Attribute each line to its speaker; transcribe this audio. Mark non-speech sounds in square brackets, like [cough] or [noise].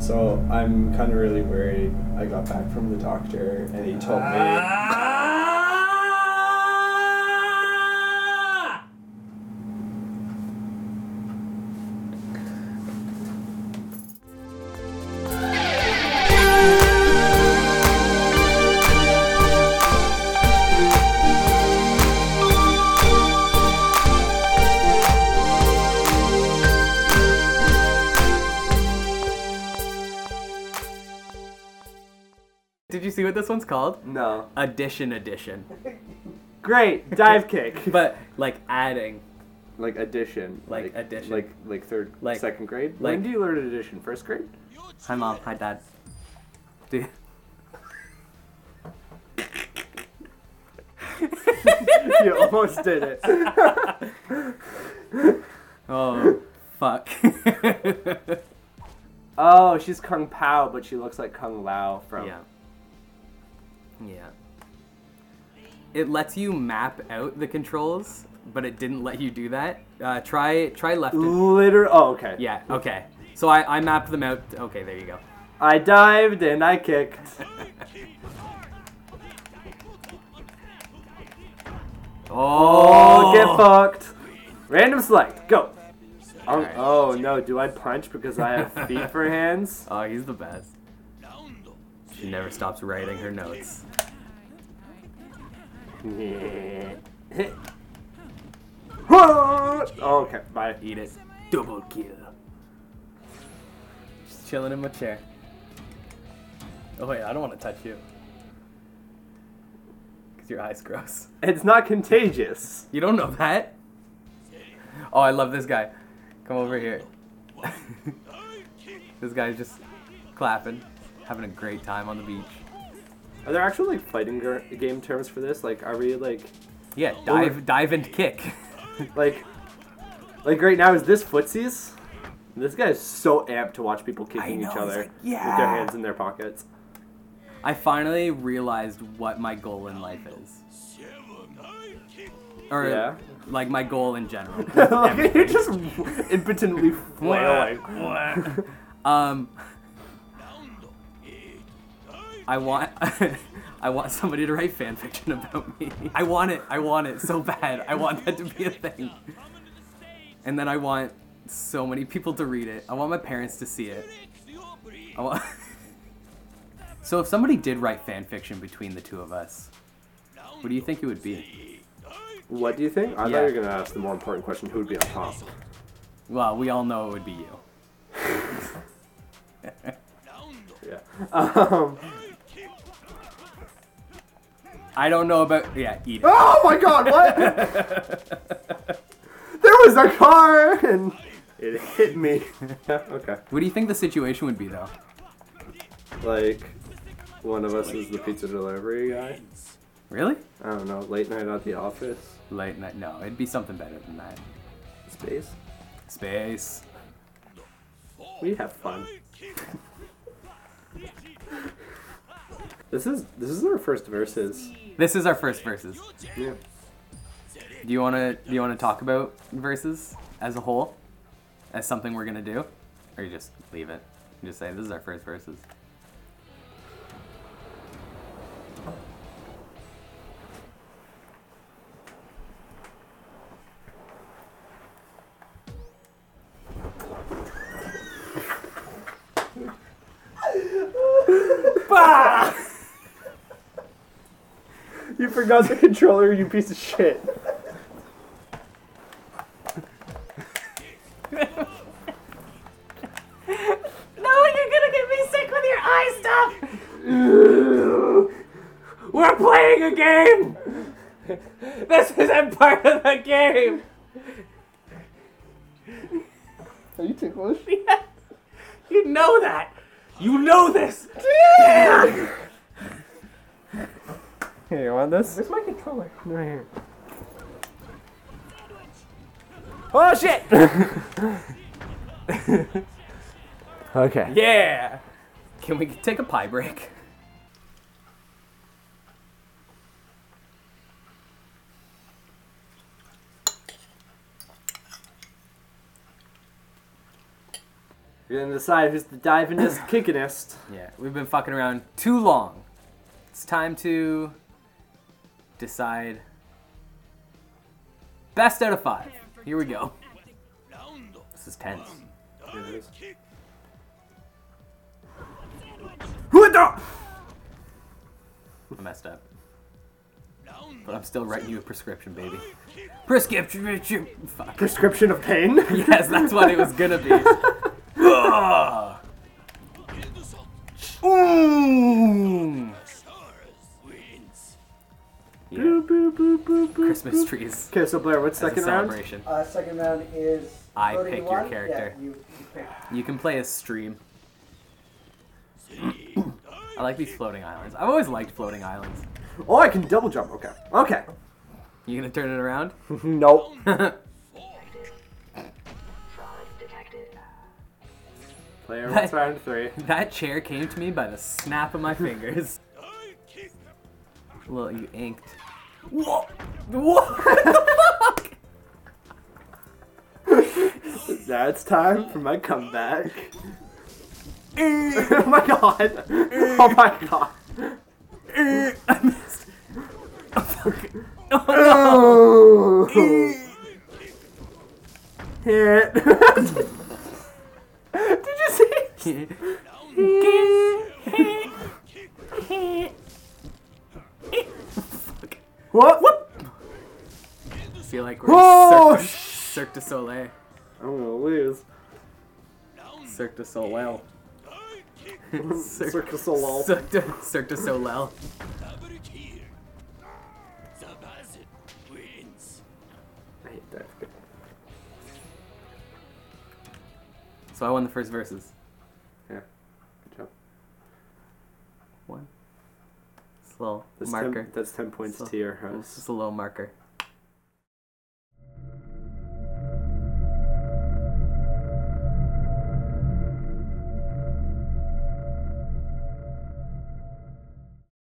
Speaker 1: So I'm kind of really worried. I got back from the doctor and he told
Speaker 2: Ah.
Speaker 1: me
Speaker 2: Did you see what this one's called?
Speaker 3: No.
Speaker 2: Addition edition.
Speaker 3: [laughs] Great dive kick.
Speaker 2: But like adding.
Speaker 3: like addition.
Speaker 2: Like addition.
Speaker 3: Like like third.
Speaker 2: Like-
Speaker 3: second grade.
Speaker 2: like-
Speaker 3: when do you learn addition? First
Speaker 2: [laughs]
Speaker 3: grade. [laughs]
Speaker 2: Hi mom, hi dad. Dude.
Speaker 3: you almost did it.
Speaker 2: Oh fuck. [laughs]
Speaker 3: Oh, she's Kung Pao, but she looks like Kung Lao from.
Speaker 2: Yeah. Yeah. It lets you map out the controls, but it didn't let you do that. Uh, try try left. and-
Speaker 3: Liter- oh, okay.
Speaker 2: Yeah. Okay. So I I mapped them out. Okay, there you go.
Speaker 3: I dived and I kicked.
Speaker 2: Oh,
Speaker 3: Oh, get fucked. Random select. Go. Um,
Speaker 2: right.
Speaker 3: Oh no, do I punch because I have feet for
Speaker 2: [laughs]
Speaker 3: hands? [laughs]
Speaker 2: Oh, he's the best. She never stops writing her notes.
Speaker 3: Yeah. oh, okay, bye.
Speaker 2: Eat it. Double kill. Just chilling in my chair. Oh wait, I don't want to touch you. Cause your eyes gross.
Speaker 3: It's not contagious.
Speaker 2: You don't know that. Oh, I love this guy. Come over here. [laughs] this guy's just clapping, having a great time on the beach.
Speaker 3: Are there actual like fighting gar- game terms for this? Like, are we like,
Speaker 2: Yeah, dive, dive and kick. [laughs]
Speaker 3: like, like right now is this footsies? This guy is so amped to watch people kicking
Speaker 2: know,
Speaker 3: each
Speaker 2: he's
Speaker 3: other
Speaker 2: like,
Speaker 3: with their
Speaker 2: "Yeah."
Speaker 3: hands in their pockets.
Speaker 2: I finally realized what my goal in life is. Or
Speaker 3: Yeah.
Speaker 2: like my goal in general.
Speaker 3: [laughs] Look at you just [laughs] impotently
Speaker 2: [laughs]
Speaker 3: flailing.
Speaker 2: Um, I want, [laughs] I want somebody to write fan fiction about me. I want it. I want it so bad. I want that to be a thing. And then I want so many people to read it. I want my parents to see it. I want. [laughs] So if somebody did write fan fiction between the two of us, what do you think it would be?
Speaker 3: What do you think? I
Speaker 2: Yeah.
Speaker 3: thought you were gonna ask the more important question: Who would be on top?
Speaker 2: Well, we all know it would be you.
Speaker 3: Yeah.
Speaker 2: [laughs]
Speaker 3: Um,
Speaker 2: I don't know about yeah, eat it.
Speaker 3: oh my God! What? [laughs] there was a car and it hit me. [laughs] yeah. Okay.
Speaker 2: What do you think the situation would be though?
Speaker 3: Like, one of us is the pizza delivery guy.
Speaker 2: Really?
Speaker 3: I don't know. Late night at the office.
Speaker 2: Late night? No, it'd be something better than that.
Speaker 3: Space.
Speaker 2: Space.
Speaker 3: We have fun. This is this is our first verses.
Speaker 2: This is our first verses.
Speaker 3: Yeah.
Speaker 2: Do you wanna do you wanna talk about verses as a whole, as something we're gonna do, or you just leave it? You just say this is our first verses.
Speaker 3: You forgot the controller, you piece of shit.
Speaker 2: No, you're gonna get me sick with your eye stuff. [laughs] We're playing a game. [laughs] This isn't part of the game.
Speaker 3: Are you
Speaker 2: [laughs]
Speaker 3: ticklish?
Speaker 2: You know that. You know this.
Speaker 3: Here, you want this? Where's my controller? Right here.
Speaker 2: Oh shit.
Speaker 3: Okay.
Speaker 2: Yeah. Can we take a pie break?
Speaker 3: You're gonna decide who's the divingest, kickingest.
Speaker 2: Yeah, we've been fucking around too long. It's time to decide best out of five. Here we go. This is tense. Who the? I messed up, but I'm still writing you a prescription, baby. Prescription. Fuck.
Speaker 3: Prescription of pain. [laughs]
Speaker 2: Yes, that's what it was gonna be. Ugh. Ooh. Yeah,
Speaker 3: Boop, boop, boop, boop, boop,
Speaker 2: Christmas
Speaker 3: boop.
Speaker 2: trees.
Speaker 3: Okay, so Blair, what's
Speaker 2: As a
Speaker 3: second round?
Speaker 2: celebration.
Speaker 4: Uh, second round is.
Speaker 2: I
Speaker 4: voting
Speaker 2: pick
Speaker 4: you
Speaker 2: your
Speaker 4: want?
Speaker 2: character.
Speaker 4: Yeah, you, you pick.
Speaker 2: You can play a stream. I like these floating islands. I've always liked floating islands.
Speaker 3: Oh, I can double jump. Okay. Okay.
Speaker 2: You gonna turn it around? [laughs]
Speaker 3: Nope. Player what's round three?
Speaker 2: that chair came to me by the snap of my fingers. Well, you inked. Whoa! What the fuck?
Speaker 3: Now it's time for my comeback. [laughs] oh my god. Oh my god.
Speaker 2: I missed. Oh, fuck. Oh, no.
Speaker 3: Oh. [laughs] Hit. [laughs] Did you see?
Speaker 2: Fuck.
Speaker 3: What? What?
Speaker 2: I feel like we're
Speaker 3: Oh,
Speaker 2: Cirque, du- Cirque du Soleil.
Speaker 3: I'm gonna lose.
Speaker 2: Cirque du Soleil. Cirque,
Speaker 3: Cirque du Soleil.
Speaker 2: Cirque du, Cirque du Soleil.
Speaker 3: I hate that.
Speaker 2: So I won the first verses.
Speaker 3: Yeah. Good job.
Speaker 2: One. It's a little
Speaker 3: That's
Speaker 2: marker.
Speaker 3: Ten, that's ten points
Speaker 2: So-
Speaker 3: to your
Speaker 2: It's
Speaker 3: house.
Speaker 2: just a little marker.